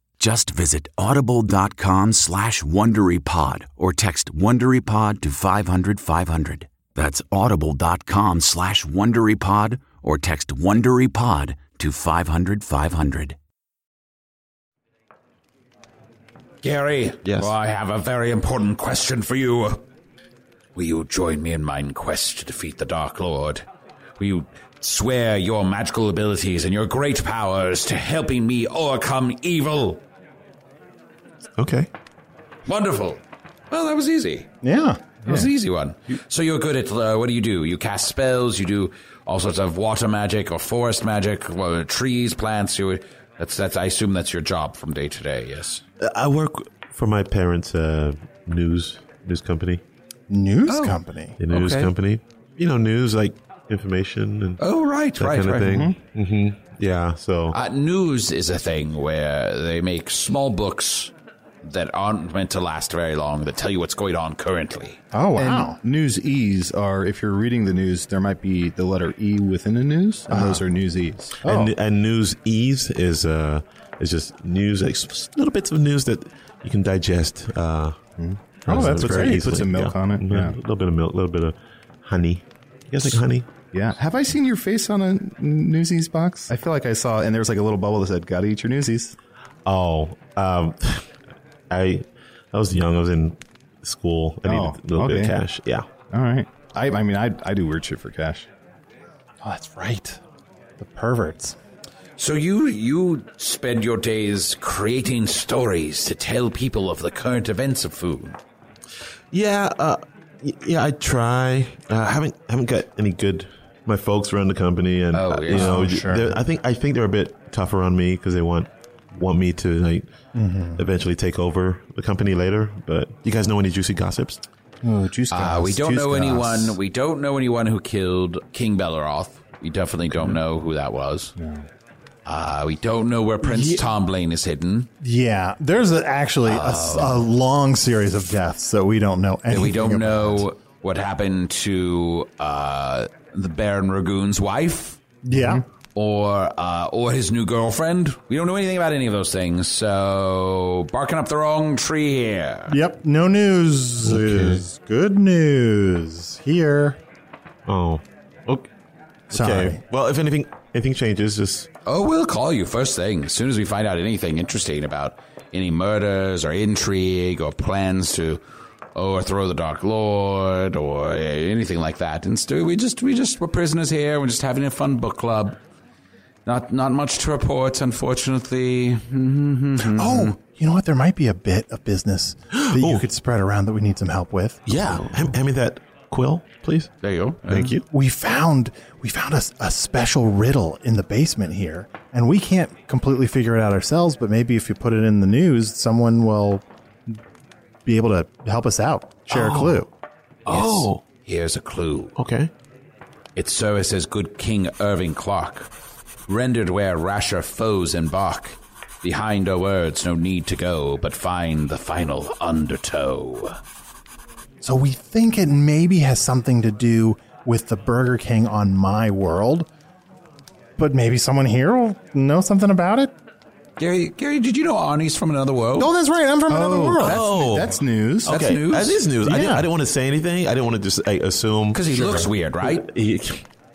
Speaker 7: Just visit audible.com slash WonderyPod or text WonderyPod to 500, 500. That's audible.com slash WonderyPod or text WonderyPod to 500, 500.
Speaker 4: Gary,
Speaker 5: Yes.
Speaker 4: I have a very important question for you. Will you join me in mine quest to defeat the Dark Lord? Will you swear your magical abilities and your great powers to helping me overcome evil?
Speaker 5: Okay.
Speaker 4: Wonderful. Well, that was easy.
Speaker 2: yeah.
Speaker 4: That was an easy one. So you're good at uh, what do you do? You cast spells. You do all sorts of water magic or forest magic, well, trees, plants. You that's that's. I assume that's your job from day to day. Yes.
Speaker 5: I work for my parents' uh, news news company.
Speaker 2: News company.
Speaker 5: The news
Speaker 4: Okay.
Speaker 5: company. You know, news like information and
Speaker 4: Oh right,
Speaker 5: that
Speaker 4: right,
Speaker 5: kind
Speaker 4: right.
Speaker 5: of
Speaker 4: Mm-hmm.
Speaker 5: thing.
Speaker 2: Mm-hmm.
Speaker 5: hmm Yeah. So
Speaker 4: Uh, news is a thing where they make small books that aren't meant to last very long that tell you what's going on currently.
Speaker 2: Oh wow.
Speaker 3: News E's are if you're reading the news, there might be the letter E within a news, and those are news E's.
Speaker 5: and and news ease is uh is just news like s- little bits of news that you can digest. Uh,
Speaker 3: Oh, that's
Speaker 5: very
Speaker 3: great. Put
Speaker 5: easily.
Speaker 3: some milk on it,
Speaker 5: Mhm.
Speaker 3: yeah.
Speaker 5: A little bit of milk. A little bit of honey. You guys like honey?
Speaker 3: Yeah. Have I seen your face on a Newsies box? I feel like I saw, and there was like a little bubble that said, "Gotta eat your Newsies."
Speaker 5: Oh, um, [LAUGHS] I I was young. I was in school. I
Speaker 3: Oh,
Speaker 5: needed a little bit
Speaker 3: okay.
Speaker 5: of cash. Yeah.
Speaker 3: All right. I, I mean, I, I do weird shit for cash.
Speaker 2: Oh, that's right. The perverts.
Speaker 4: So you you spend your days creating stories to tell people of the current events of food.
Speaker 5: Yeah, uh, y- yeah, I try. Uh, I haven't haven't got any good. My folks run the company, and
Speaker 4: Oh,
Speaker 5: uh,
Speaker 4: yeah.
Speaker 5: you know,
Speaker 4: Oh,
Speaker 3: sure.
Speaker 5: they're- I think I think they're a bit tougher on me because they want want me to like eventually take over the company later. But you guys know any juicy gossips?
Speaker 3: Oh, juice.
Speaker 4: Uh, we don't know anyone. We don't know anyone who killed King Belleroth. We definitely don't know who that was. Uh, we don't know where Prince Tom Blaine is hidden.
Speaker 2: Yeah, there's a, actually a s- a, long series of deaths Oh. that we don't know anything.
Speaker 4: And we don't
Speaker 2: about.
Speaker 4: know what happened to uh, the Baron Ragoon's wife
Speaker 2: Yeah,
Speaker 4: or uh, or his new girlfriend. We don't know anything about any of those things. So barking up the wrong tree here.
Speaker 2: yep. No news is good news here.
Speaker 5: Oh, okay.
Speaker 2: Sorry.
Speaker 5: okay. Well, if anything anything changes, just
Speaker 4: Oh, we'll call you first thing as soon as we find out anything interesting about any murders or intrigue or plans to overthrow the Dark Lord or uh, anything like that. Instead, we just we just we're prisoners here. We're just having a fun book club. Not not much to report, unfortunately.
Speaker 2: Oh, you know what? There might be a bit of business [GASPS] that you could spread around that we need some help with.
Speaker 5: yeah, hand, hand me that quill, please.
Speaker 4: There you go.
Speaker 5: Thank you.
Speaker 2: We found we found a, s- a special riddle in the basement here, and we can't completely figure it out ourselves. But maybe if you put it in the news, someone will be able to help us out, share a clue.
Speaker 5: Oh,
Speaker 4: Here's a clue.
Speaker 5: okay.
Speaker 4: It services good King Irving Clark. Rendered where rasher foes embark. Behind our words, no need to go, but find the final undertow.
Speaker 2: So we think it maybe has something to do
Speaker 3: with the Burger King on my world. But maybe someone here will know something about it.
Speaker 4: Gary, Gary, did you know Arnie's from another world?
Speaker 3: Oh, that's right. I'm from another world.
Speaker 5: oh.
Speaker 3: That's news.
Speaker 4: That's
Speaker 5: okay,
Speaker 4: news?
Speaker 5: that is news. I, didn't,
Speaker 3: Yeah.
Speaker 5: I didn't want to say anything. I didn't want to just I assume
Speaker 4: Because he looks weird, right?
Speaker 5: He-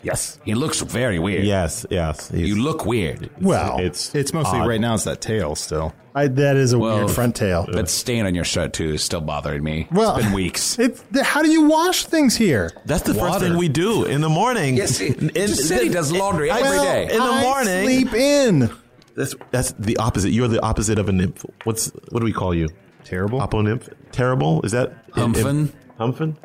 Speaker 5: yes,
Speaker 4: He looks very weird.
Speaker 5: yes, yes. he's-
Speaker 4: You look weird.
Speaker 3: Well,
Speaker 5: it's
Speaker 2: It's mostly
Speaker 5: odd.
Speaker 2: right now. It's that tail still.
Speaker 3: I, that is a
Speaker 4: Well,
Speaker 3: weird front tail.
Speaker 4: That stain on your shirt, too, is still bothering me.
Speaker 3: Well-
Speaker 4: it's been
Speaker 3: [LAUGHS]
Speaker 4: weeks.
Speaker 3: It's, how do you wash things here?
Speaker 5: That's the first
Speaker 4: Water.
Speaker 5: thing we do in the morning.
Speaker 4: Yes, he-
Speaker 5: In-
Speaker 4: just said he does laundry
Speaker 5: I-
Speaker 4: every
Speaker 5: well,
Speaker 4: day.
Speaker 5: in the
Speaker 3: I
Speaker 5: morning.
Speaker 3: sleep in.
Speaker 5: That's that's the opposite. You're the opposite of a nymph. What's what do we call you?
Speaker 2: Terrible.
Speaker 5: Apo nymph. Terrible. Is that im- im-
Speaker 4: Humphin?
Speaker 5: Humphin.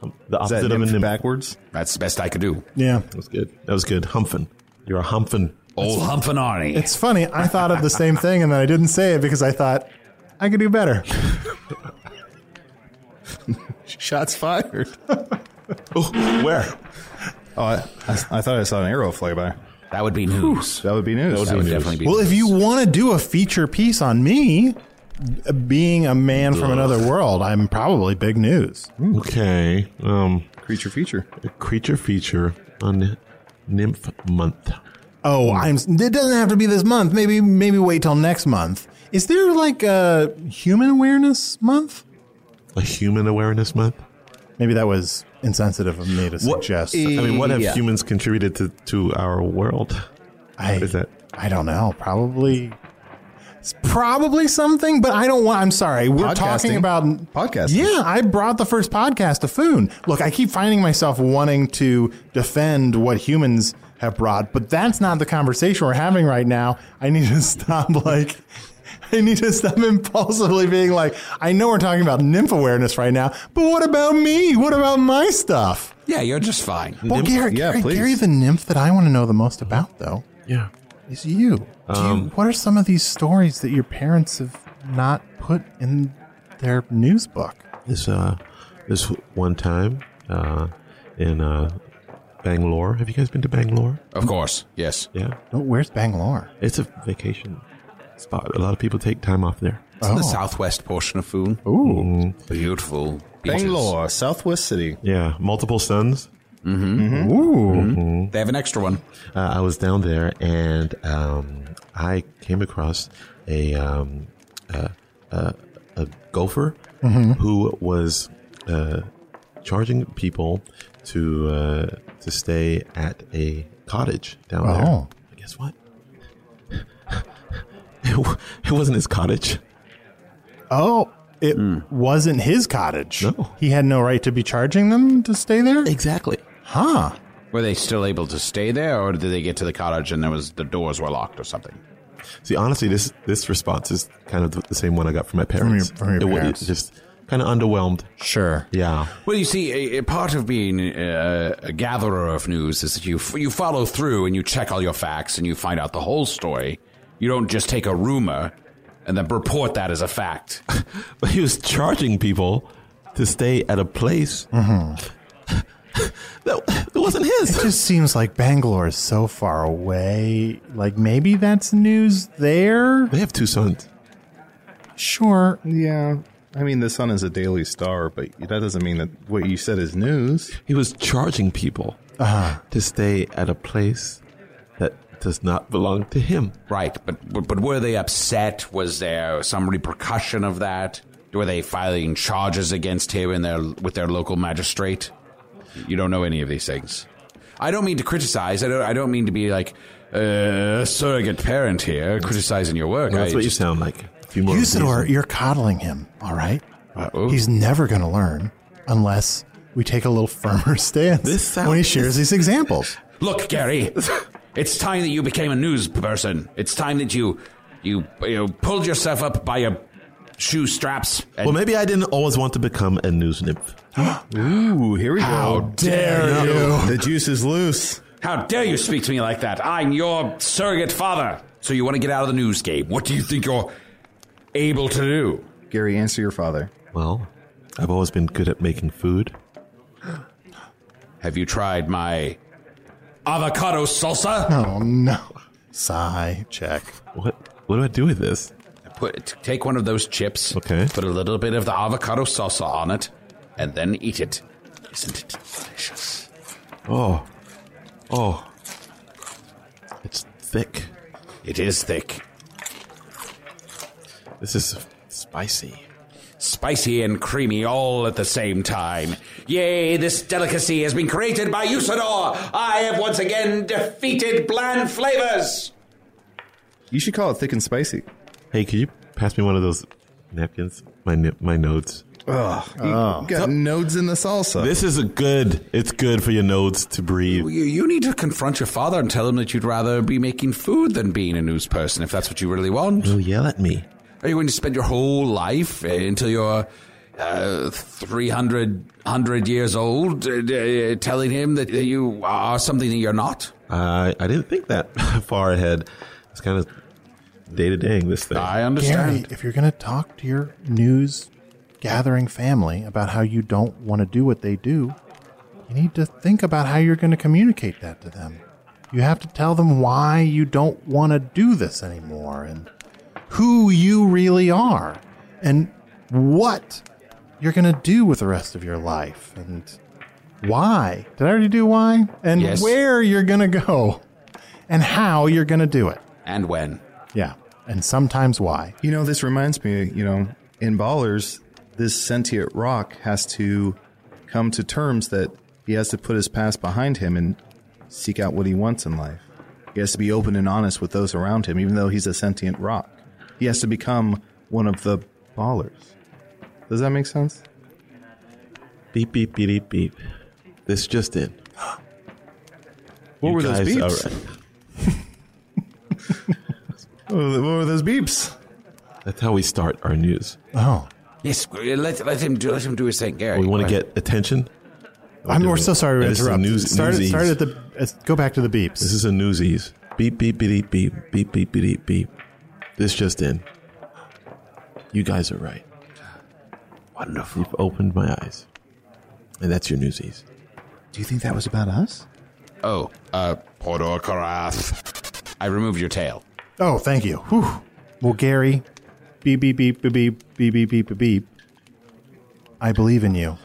Speaker 5: Hum- The
Speaker 2: Is
Speaker 5: opposite
Speaker 2: that
Speaker 5: of a
Speaker 2: nymph
Speaker 5: nymph.
Speaker 2: backwards?
Speaker 4: That's the best I could do.
Speaker 3: Yeah.
Speaker 5: That was good. That was good. Humphin. You're a humphin.
Speaker 4: Old humping Arnie.
Speaker 3: It's funny. I thought of the same thing and then I didn't say it because I thought I could do [LAUGHS] better.
Speaker 2: Shots [LAUGHS] fired.
Speaker 5: Oh, where?
Speaker 2: Oh, I, I, I thought I saw an arrow fly by.
Speaker 4: that would be news.
Speaker 2: That would be news.
Speaker 4: That would definitely be
Speaker 3: Well, if
Speaker 4: news.
Speaker 3: you want to do a feature piece on me uh, being a man from another world, I'm probably big news.
Speaker 5: Okay. Um,
Speaker 2: creature feature.
Speaker 5: a creature feature on nymph month.
Speaker 3: Oh, I'm it doesn't have to be this month. Maybe maybe wait till next month. Is there like a human awareness month?
Speaker 5: A human awareness month.
Speaker 3: Maybe that was insensitive of me to
Speaker 5: What-
Speaker 3: suggest.
Speaker 5: I mean, what have
Speaker 2: Yeah.
Speaker 5: humans contributed to, to our world?
Speaker 3: I,
Speaker 5: What is that?
Speaker 3: I don't know. Probably, it's probably something. But I don't want. I'm sorry. We're talking
Speaker 2: Podcasting.
Speaker 3: about
Speaker 2: Podcasting.
Speaker 3: Yeah, I brought the first podcast to Foon. Look, I keep finding myself wanting to defend what humans have brought, but that's not the conversation we're having right now. I need to [LAUGHS] stop. Like. I need to stop impulsively being like, I know we're talking about nymph awareness right now, but what about me? What about my stuff?
Speaker 4: yeah, you're just fine.
Speaker 3: Well, Gary,
Speaker 2: yeah,
Speaker 3: Gary,
Speaker 2: please.
Speaker 3: Gary, the nymph that I want to know the most about, though,
Speaker 5: Yeah.
Speaker 3: is you. Do you.
Speaker 2: Um,
Speaker 3: What are some of these stories that your parents have not put in their news book?
Speaker 5: This uh, this one time uh, in uh, Bangalore. Have you guys been to Bangalore?
Speaker 4: Of course. Yes.
Speaker 5: Yeah,
Speaker 3: Oh, where's Bangalore?
Speaker 5: it's a vacation spot. A lot of people take time off there.
Speaker 4: It's in the southwest portion of Foon.
Speaker 3: Ooh,
Speaker 4: Beautiful. beaches.
Speaker 2: Bangalore, Southwest City.
Speaker 5: Yeah, multiple suns.
Speaker 3: ooh,
Speaker 4: They have an extra one.
Speaker 5: Uh, I was down there and um, I came across a um, uh, uh, a gopher
Speaker 3: Mm-hmm.
Speaker 5: who was uh, charging people to uh, to stay at a cottage down
Speaker 3: Oh.
Speaker 5: there. But guess what? [LAUGHS] it, wa- it wasn't his cottage.
Speaker 3: oh. It
Speaker 2: Hmm.
Speaker 3: wasn't his cottage.
Speaker 5: No.
Speaker 3: He had no right to be charging them to stay there?
Speaker 5: Exactly.
Speaker 3: Huh.
Speaker 4: Were they still able to stay there, or did they get to the cottage and there was the doors were locked or something?
Speaker 5: See, honestly, this this response is kind of the, the same one I got from my parents.
Speaker 3: from your
Speaker 5: It wa- it
Speaker 3: parents.
Speaker 5: just kind of underwhelmed.
Speaker 3: Sure.
Speaker 5: Yeah.
Speaker 4: Well, you see, a, a part of being a, a gatherer of news is that you f- you follow through and you check all your facts and you find out the whole story. You don't just take a rumor and then report that as a fact.
Speaker 5: But he was charging people to stay at a place Mm-hmm. that, [LAUGHS] that wasn't
Speaker 3: It
Speaker 5: his.
Speaker 3: just seems like Bangalore is so far away. Like maybe that's news there?
Speaker 5: They have two sons.
Speaker 3: Sure.
Speaker 2: Yeah. I mean, the sun is a daily star, but that doesn't mean that what you said is news.
Speaker 5: He was charging people to stay at a place that does not belong to him.
Speaker 4: right, but, but but were they upset? Was there some repercussion of that? Were they filing charges against him in their with their local magistrate? You don't know any of these things. I don't mean to criticize. I don't. I don't mean to be like uh, a surrogate parent here, criticizing your work.
Speaker 5: that's
Speaker 4: I
Speaker 5: what you
Speaker 4: just-
Speaker 5: sound like. A few more
Speaker 3: Usador,
Speaker 5: days.
Speaker 3: you're coddling him, all right?
Speaker 4: Uh-oh.
Speaker 3: He's never going to learn unless we take a little firmer [LAUGHS] stance
Speaker 5: This sound-
Speaker 3: when he shares these examples.
Speaker 4: Look,
Speaker 5: [LAUGHS]
Speaker 4: Gary, it's time that you became a news person. It's time that you you you pulled yourself up by your shoe straps. And
Speaker 5: Well, maybe I didn't always want to become a news nymph.
Speaker 2: Ooh, here we
Speaker 3: How
Speaker 2: go.
Speaker 3: dare you.
Speaker 2: The juice is loose.
Speaker 4: how dare you speak to me like that? I'm your surrogate father. So you want to get out of the news game? What do you think you're able to do?
Speaker 2: Gary, answer your father.
Speaker 5: Well, I've always been good at making food.
Speaker 4: Have you tried my avocado salsa?
Speaker 3: Oh, no. Sigh, check.
Speaker 5: What? What do I do with this?
Speaker 4: Put take one of those chips.
Speaker 5: Okay.
Speaker 4: Put a little bit of the avocado salsa on it, and then eat it. Isn't it delicious?
Speaker 5: Oh, oh, it's thick.
Speaker 4: It is thick.
Speaker 5: This is spicy.
Speaker 4: Spicy and creamy all at the same time. Yea, this delicacy has been created by Usador! I have once again defeated bland flavors!
Speaker 2: You should call it thick and spicy.
Speaker 5: Hey, could you pass me one of those napkins? My n- my nodes.
Speaker 2: Ugh, you got nodes in the salsa.
Speaker 5: This is a good. It's good for your nodes to breathe.
Speaker 4: You, you need to confront your father and tell him that you'd rather be making food than being a news person if that's what you really want.
Speaker 5: Don't yell at me.
Speaker 4: Are you going to spend your whole life uh, until you're uh, 300 100 years old uh, uh, telling him that you are something that you're not?
Speaker 5: I I didn't think that [LAUGHS] far ahead. It's kind of day to daying this thing.
Speaker 4: I
Speaker 3: Gary,
Speaker 4: understand.
Speaker 3: if you're going to talk to your news gathering family about how you don't want to do what they do, you need to think about how you're going to communicate that to them. You have to tell them why you don't want to do this anymore and who you really are and what you're going to do with the rest of your life and why. Did I already do why? And
Speaker 4: Yes.
Speaker 3: where you're going to go and how you're going to do it.
Speaker 4: And when?
Speaker 3: Yeah. And sometimes why.
Speaker 2: You know, this reminds me, you know, in Ballers, this sentient rock has to come to terms that he has to put his past behind him and seek out what he wants in life. He has to be open and honest with those around him, even though he's a sentient rock. He has to become one of the Ballers. Does that make sense?
Speaker 5: Beep beep beep beep beep. This just [GASPS] in.
Speaker 2: What
Speaker 5: You
Speaker 2: were those
Speaker 5: guys
Speaker 2: beeps?
Speaker 5: are-
Speaker 2: What were- what were those beeps?
Speaker 5: that's how we start our news.
Speaker 3: Oh.
Speaker 4: Yes, let, let him do let him do his thing, Gary.
Speaker 5: we want to
Speaker 4: Right.
Speaker 5: get attention.
Speaker 3: I'm, we're so sorry to
Speaker 5: This is
Speaker 3: interrupt.
Speaker 5: news-
Speaker 3: start,
Speaker 5: newsies.
Speaker 3: start at the. let's Go back to the beeps.
Speaker 5: This is a newsies. Beep beep beep beep beep beep beep beep beep. This just in. You guys are right. Wonderful. You've opened my eyes, and that's your newsies.
Speaker 2: Do you think that was about us?
Speaker 4: Oh, uh, Podor Karath. I removed your tail.
Speaker 3: oh, thank you. Whew. Well, Gary, beep beep beep beep beep beep beep beep beep, beep. I believe in you.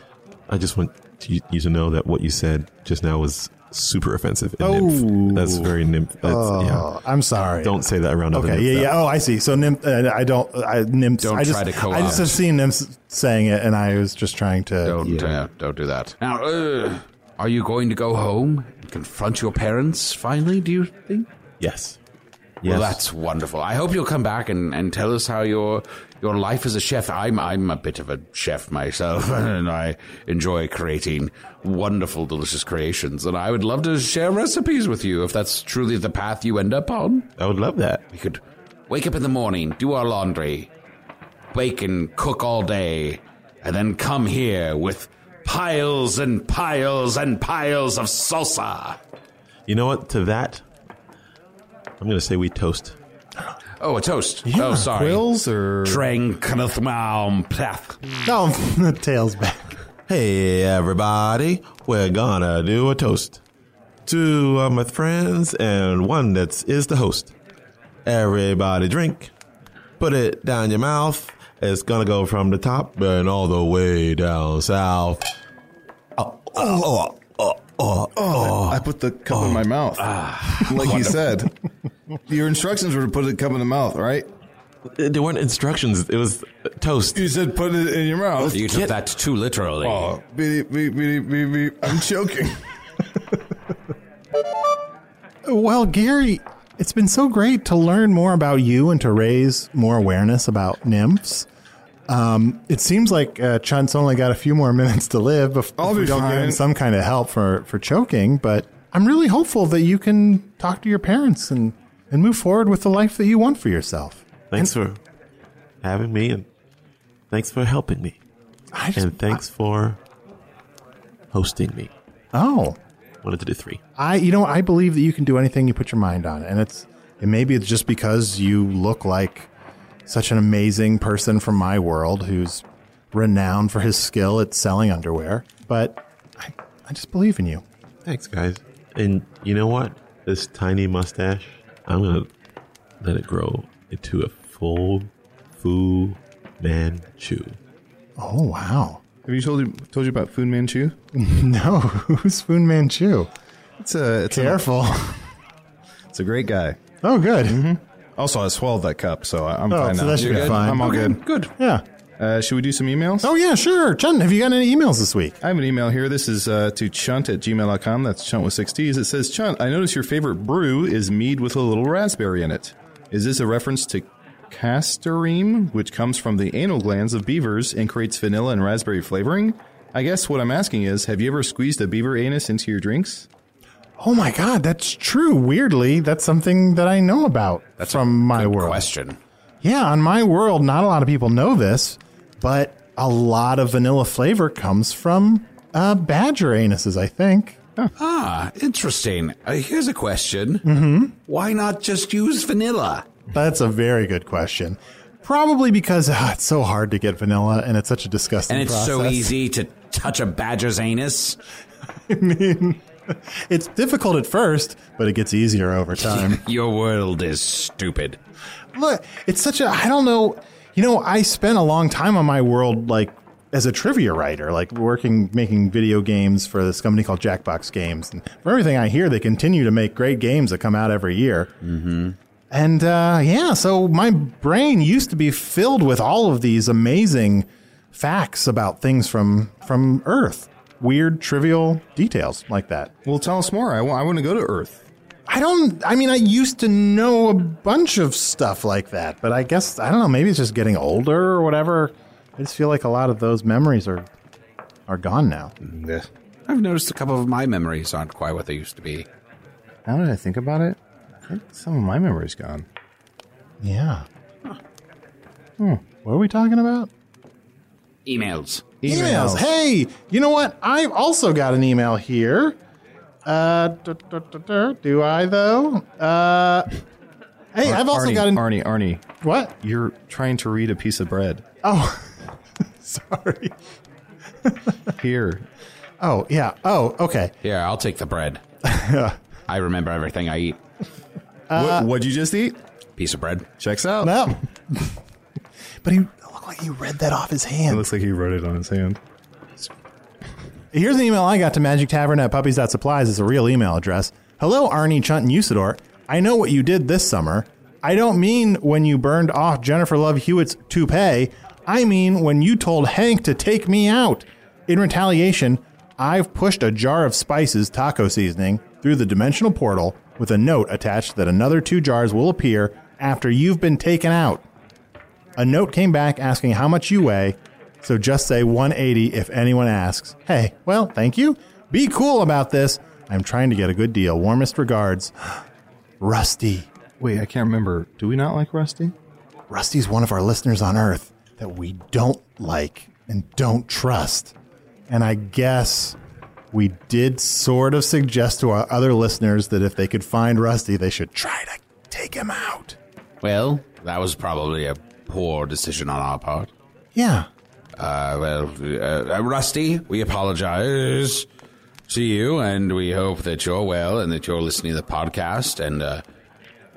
Speaker 5: I just want you, you to know that what you said just now was super offensive. and
Speaker 3: Oh.
Speaker 5: nymph. that's very nymph. That's,
Speaker 3: Oh, I'm sorry.
Speaker 5: yeah. Don't say that around other
Speaker 3: Okay.
Speaker 5: nymphs.
Speaker 3: Yeah.
Speaker 5: That-
Speaker 3: Yeah. Oh, I see. So nymph. Uh, I don't. I nymphs.
Speaker 4: Don't
Speaker 3: I just,
Speaker 4: try to
Speaker 3: I just
Speaker 4: co-opt.
Speaker 3: have seen nymphs saying it, and I was just trying to.
Speaker 4: Don't uh, don't do that. Now, uh, are you going to go home and confront your parents finally? Do you think?
Speaker 5: Yes.
Speaker 4: Well, that's wonderful. I hope you'll come back and, and tell us how your your life as a chef. I'm I'm a bit of a chef myself, [LAUGHS] and I enjoy creating wonderful, delicious creations. And I would love to share recipes with you if that's truly the path you end up on.
Speaker 5: I would love that.
Speaker 4: We could wake up in the morning, do our laundry, bake and cook all day, and then come here with piles and piles and piles of salsa.
Speaker 5: You know what? To that, I'm going to say we toast.
Speaker 4: Oh, a toast. oh, sorry.
Speaker 2: Quills or
Speaker 4: Trang Knuthmaum Plath.
Speaker 3: No, Um, [LAUGHS] the tail's back.
Speaker 5: Hey, everybody. We're going to do a toast. Two of my friends and one that is the host. Everybody drink. Put it down your mouth. It's going to go from the top and all the way down south. Oh, oh, oh, oh, oh.
Speaker 2: I put the cup in my mouth.
Speaker 3: Ah.
Speaker 2: like you said. Your instructions were to put the cup in the mouth, right?
Speaker 5: There weren't instructions. It was toast.
Speaker 2: You said put it in your mouth.
Speaker 4: You took that too literally.
Speaker 2: Oh, beep, beep, beep, beep, beep. I'm choking.
Speaker 3: Well, Gary, it's been so great to learn more about you and to raise more awareness about nymphs. Um, it seems like uh, Chunt's only got a few more [LAUGHS] minutes to live before
Speaker 2: I'll be
Speaker 3: we don't give
Speaker 2: fine.
Speaker 3: him some kind of help for, for choking. But I'm really hopeful that you can talk to your parents and, and move forward with the life that you want for yourself.
Speaker 5: Thanks for having me and thanks for helping me.
Speaker 3: I just,
Speaker 5: And thanks for hosting me.
Speaker 3: oh,
Speaker 5: One to do three.
Speaker 3: I you know I believe that you can do anything you put your mind on, and it's and maybe it's just because you look like such an amazing person from my world who's renowned for his skill at selling underwear. But I, I just believe in you.
Speaker 5: Thanks, guys. And you know what? This tiny mustache, I'm gonna let it grow into a full Fu Manchu.
Speaker 3: Oh wow!
Speaker 2: Have you told you, told you about Fu Manchu?
Speaker 3: [LAUGHS] no, who's Fu Manchu?
Speaker 2: It's a it's
Speaker 3: Careful.
Speaker 2: A, [LAUGHS] it's a great guy. Mm-hmm.
Speaker 3: oh, good.
Speaker 2: Also, I swallowed that cup, so I, I'm
Speaker 3: Oh,
Speaker 2: fine
Speaker 3: so
Speaker 2: now.
Speaker 3: that should
Speaker 2: You're
Speaker 3: be
Speaker 2: good?
Speaker 3: fine.
Speaker 2: I'm all good.
Speaker 3: Good. Yeah.
Speaker 2: Uh, should we do some emails?
Speaker 3: Oh, yeah, sure. Chun, have you gotten any emails this week?
Speaker 2: I have an email here. This is uh, to chunt at gmail.com. That's chunt with six T's. It says, Chunt, I notice your favorite brew is mead with a little raspberry in it. Is this a reference to castorine, which comes from the anal glands of beavers and creates vanilla and raspberry flavoring? I guess what I'm asking is, have you ever squeezed a beaver anus into your drinks?
Speaker 3: Oh, my God, that's true. Weirdly, that's something that I know about
Speaker 4: That's a
Speaker 3: from my
Speaker 4: good
Speaker 3: world.
Speaker 4: question.
Speaker 3: Yeah, on my world, not a lot of people know this, but a lot of vanilla flavor comes from uh, badger anuses, I think.
Speaker 4: Ah, interesting. Uh, here's a question.
Speaker 2: Mm-hmm.
Speaker 4: Why not just use vanilla?
Speaker 3: That's a very good question. Probably because uh, it's so hard to get vanilla and it's such a disgusting
Speaker 4: And it's so
Speaker 3: process.
Speaker 4: easy to touch a badger's anus.
Speaker 3: [LAUGHS] I mean, [LAUGHS] it's difficult at first, but it gets easier over time.
Speaker 4: Your world is stupid.
Speaker 3: Look, it's such a I don't know. You know, I spent a long time on my world like as a trivia writer, like working making video games for this company called Jackbox Games. And from everything I hear, they continue to make great games that come out every year. Mm-hmm. And uh, yeah, so my brain used to be filled with all of these amazing facts about things from from Earth, weird trivial details like that.
Speaker 2: Well, tell us more. I want to go to Earth.
Speaker 3: I don't. I mean, I used to know a bunch of stuff like that, but I guess I don't know. Maybe it's just getting older or whatever. I just feel like a lot of those memories are are gone now.
Speaker 4: I've noticed a couple of my memories aren't quite what they used to be.
Speaker 2: Now that I think about it, I think some of my memory's gone.
Speaker 3: Yeah. Hmm. What are we talking about?
Speaker 4: Emails.
Speaker 3: E- Emails. Hey, [LAUGHS] you know what? I've also got an email here. Uh, duh, duh, duh, duh. do I though? Uh, hey, I've also
Speaker 2: Arnie,
Speaker 3: got an
Speaker 2: Arnie, Arnie,
Speaker 3: what?
Speaker 2: you're trying to read a piece of bread.
Speaker 3: Oh, [LAUGHS] sorry. [LAUGHS]
Speaker 2: Here.
Speaker 3: Oh yeah. Oh okay.
Speaker 4: Here, I'll take the bread. I remember everything I eat.
Speaker 2: what, what'd you just eat?
Speaker 4: Piece of bread.
Speaker 2: Checks out.
Speaker 3: No. but he it looked like he read that off his
Speaker 2: It
Speaker 3: hand.
Speaker 2: looks like he wrote it on his hand.
Speaker 3: Here's an email I got to Magic Tavern at puppies.supplies. It's a real email address. Hello, Arnie, Chunt, and Usador. I know what you did this summer. I don't mean when you burned off Jennifer Love Hewitt's toupee. I mean when you told Hank to take me out. In retaliation, I've pushed a jar of spices taco seasoning through the dimensional portal with a note attached that another two jars will appear after you've been taken out. A note came back asking how much you weigh, so just say 180 if anyone asks. Hey, well, thank you. Be cool about this. I'm trying to get a good deal. Warmest regards, [GASPS] Rusty.
Speaker 2: Wait, I can't remember. Do we not like Rusty?
Speaker 3: Rusty's one of our listeners on Earth that we don't like and don't trust. And I guess we did sort of suggest to our other listeners that if they could find Rusty, they should try to take him out.
Speaker 4: Well, that was probably a poor decision on our part.
Speaker 3: Yeah.
Speaker 4: Uh, well, uh, uh, Rusty, we apologize to you, and we hope that you're well and that you're listening to the podcast. And uh,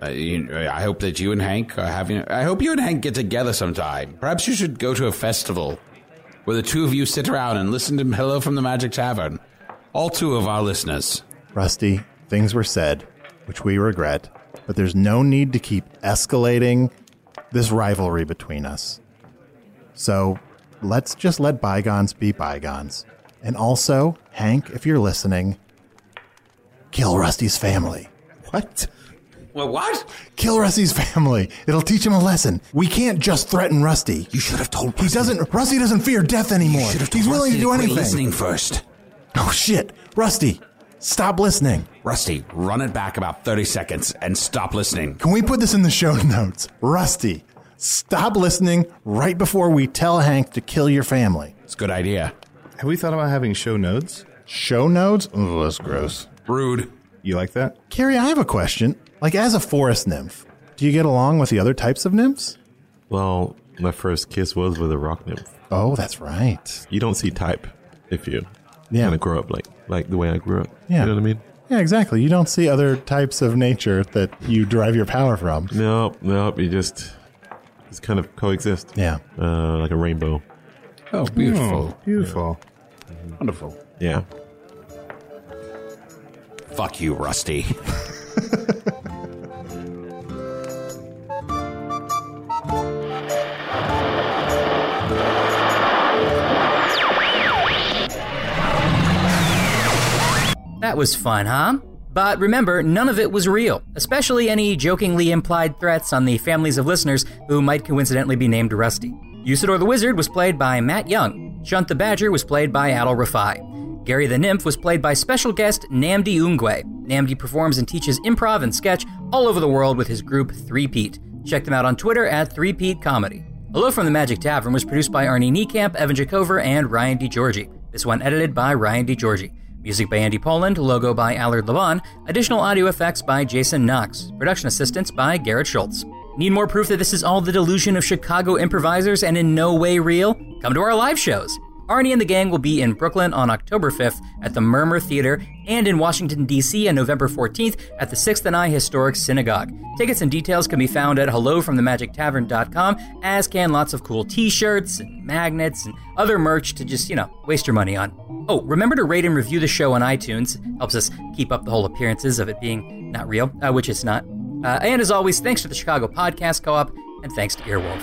Speaker 4: uh, you, I hope that you and Hank are having. I hope you and Hank get together sometime. Perhaps you should go to a festival where the two of you sit around and listen to Hello from the Magic Tavern. All two of our listeners.
Speaker 3: Rusty, things were said, which we regret, but there's no need to keep escalating this rivalry between us. So let's just let bygones be bygones. And also, Hank, if you're listening, kill Rusty's family.
Speaker 2: What?
Speaker 4: Well, what?
Speaker 3: Kill Rusty's family. It'll teach him a lesson. We can't just threaten Rusty.
Speaker 4: You should have told.
Speaker 3: He doesn't. Rusty doesn't fear death anymore. He's willing to do anything.
Speaker 4: Listening first,
Speaker 3: Oh shit, Rusty, stop listening.
Speaker 4: Rusty. Run it back about thirty seconds and stop listening.
Speaker 3: Can we put this in the show [LAUGHS] notes? Rusty, stop listening right before we tell Hank to kill your family.
Speaker 4: It's a good idea.
Speaker 2: Have we thought about having show notes?
Speaker 3: Show notes? Oh, that's gross.
Speaker 4: Rude.
Speaker 2: You like that?
Speaker 3: Carrie, I have a question. Like, as a forest nymph, do you get along with the other types of nymphs?
Speaker 5: Well, my first kiss was with a rock nymph.
Speaker 3: Oh, that's right.
Speaker 5: You don't see type if you
Speaker 3: Yeah.
Speaker 5: kind of grow up like like the way I grew up.
Speaker 3: Yeah.
Speaker 5: You know what I mean?
Speaker 3: Yeah, exactly. You don't see other types of nature that you derive your power from.
Speaker 5: No, no, you just just kind of coexist.
Speaker 3: Yeah.
Speaker 5: Uh, like a rainbow.
Speaker 8: Oh, beautiful.
Speaker 3: beautiful.
Speaker 9: Wonderful.
Speaker 10: Yeah.
Speaker 8: Fuck you, Rusty.
Speaker 5: That was fun, huh? But remember, none of it was real, especially any jokingly implied threats on the families of listeners who might coincidentally be named Rusty. Usador the Wizard was played by Matt Young. Shunt the Badger was played by Adol Rafai. Gary the Nymph was played by special guest Namdi Ungwe. Namdi performs and teaches improv and sketch all over the world with his group 3Pete. Check them out on Twitter at 3Pete Comedy. Hello from the Magic Tavern was produced by Arnie Niekamp, Evan Jacover, and Ryan DiGiorgi. This one edited by Ryan DiGiorgi. Music by Andy Poland, logo by Allard Levon, additional audio effects by Jason Knox, production assistance by Garrett Schultz. Need more proof that this is all the delusion of Chicago improvisers and in no way real? Come to our live shows. Arnie and the gang will be in Brooklyn on October 5th at the Murmur Theater and in Washington, D.C. on November 14th at the 6th and I Historic Synagogue. Tickets and details can be found at hellofromthemagictavern.com, as can lots of cool t shirts and magnets and other merch to just, you know, waste your money on. Oh, remember to rate and review the show on iTunes. Helps us keep up the whole appearances of it being not real, uh, which it's not. Uh, and as always, thanks to the Chicago Podcast Co op and thanks to Earwolf.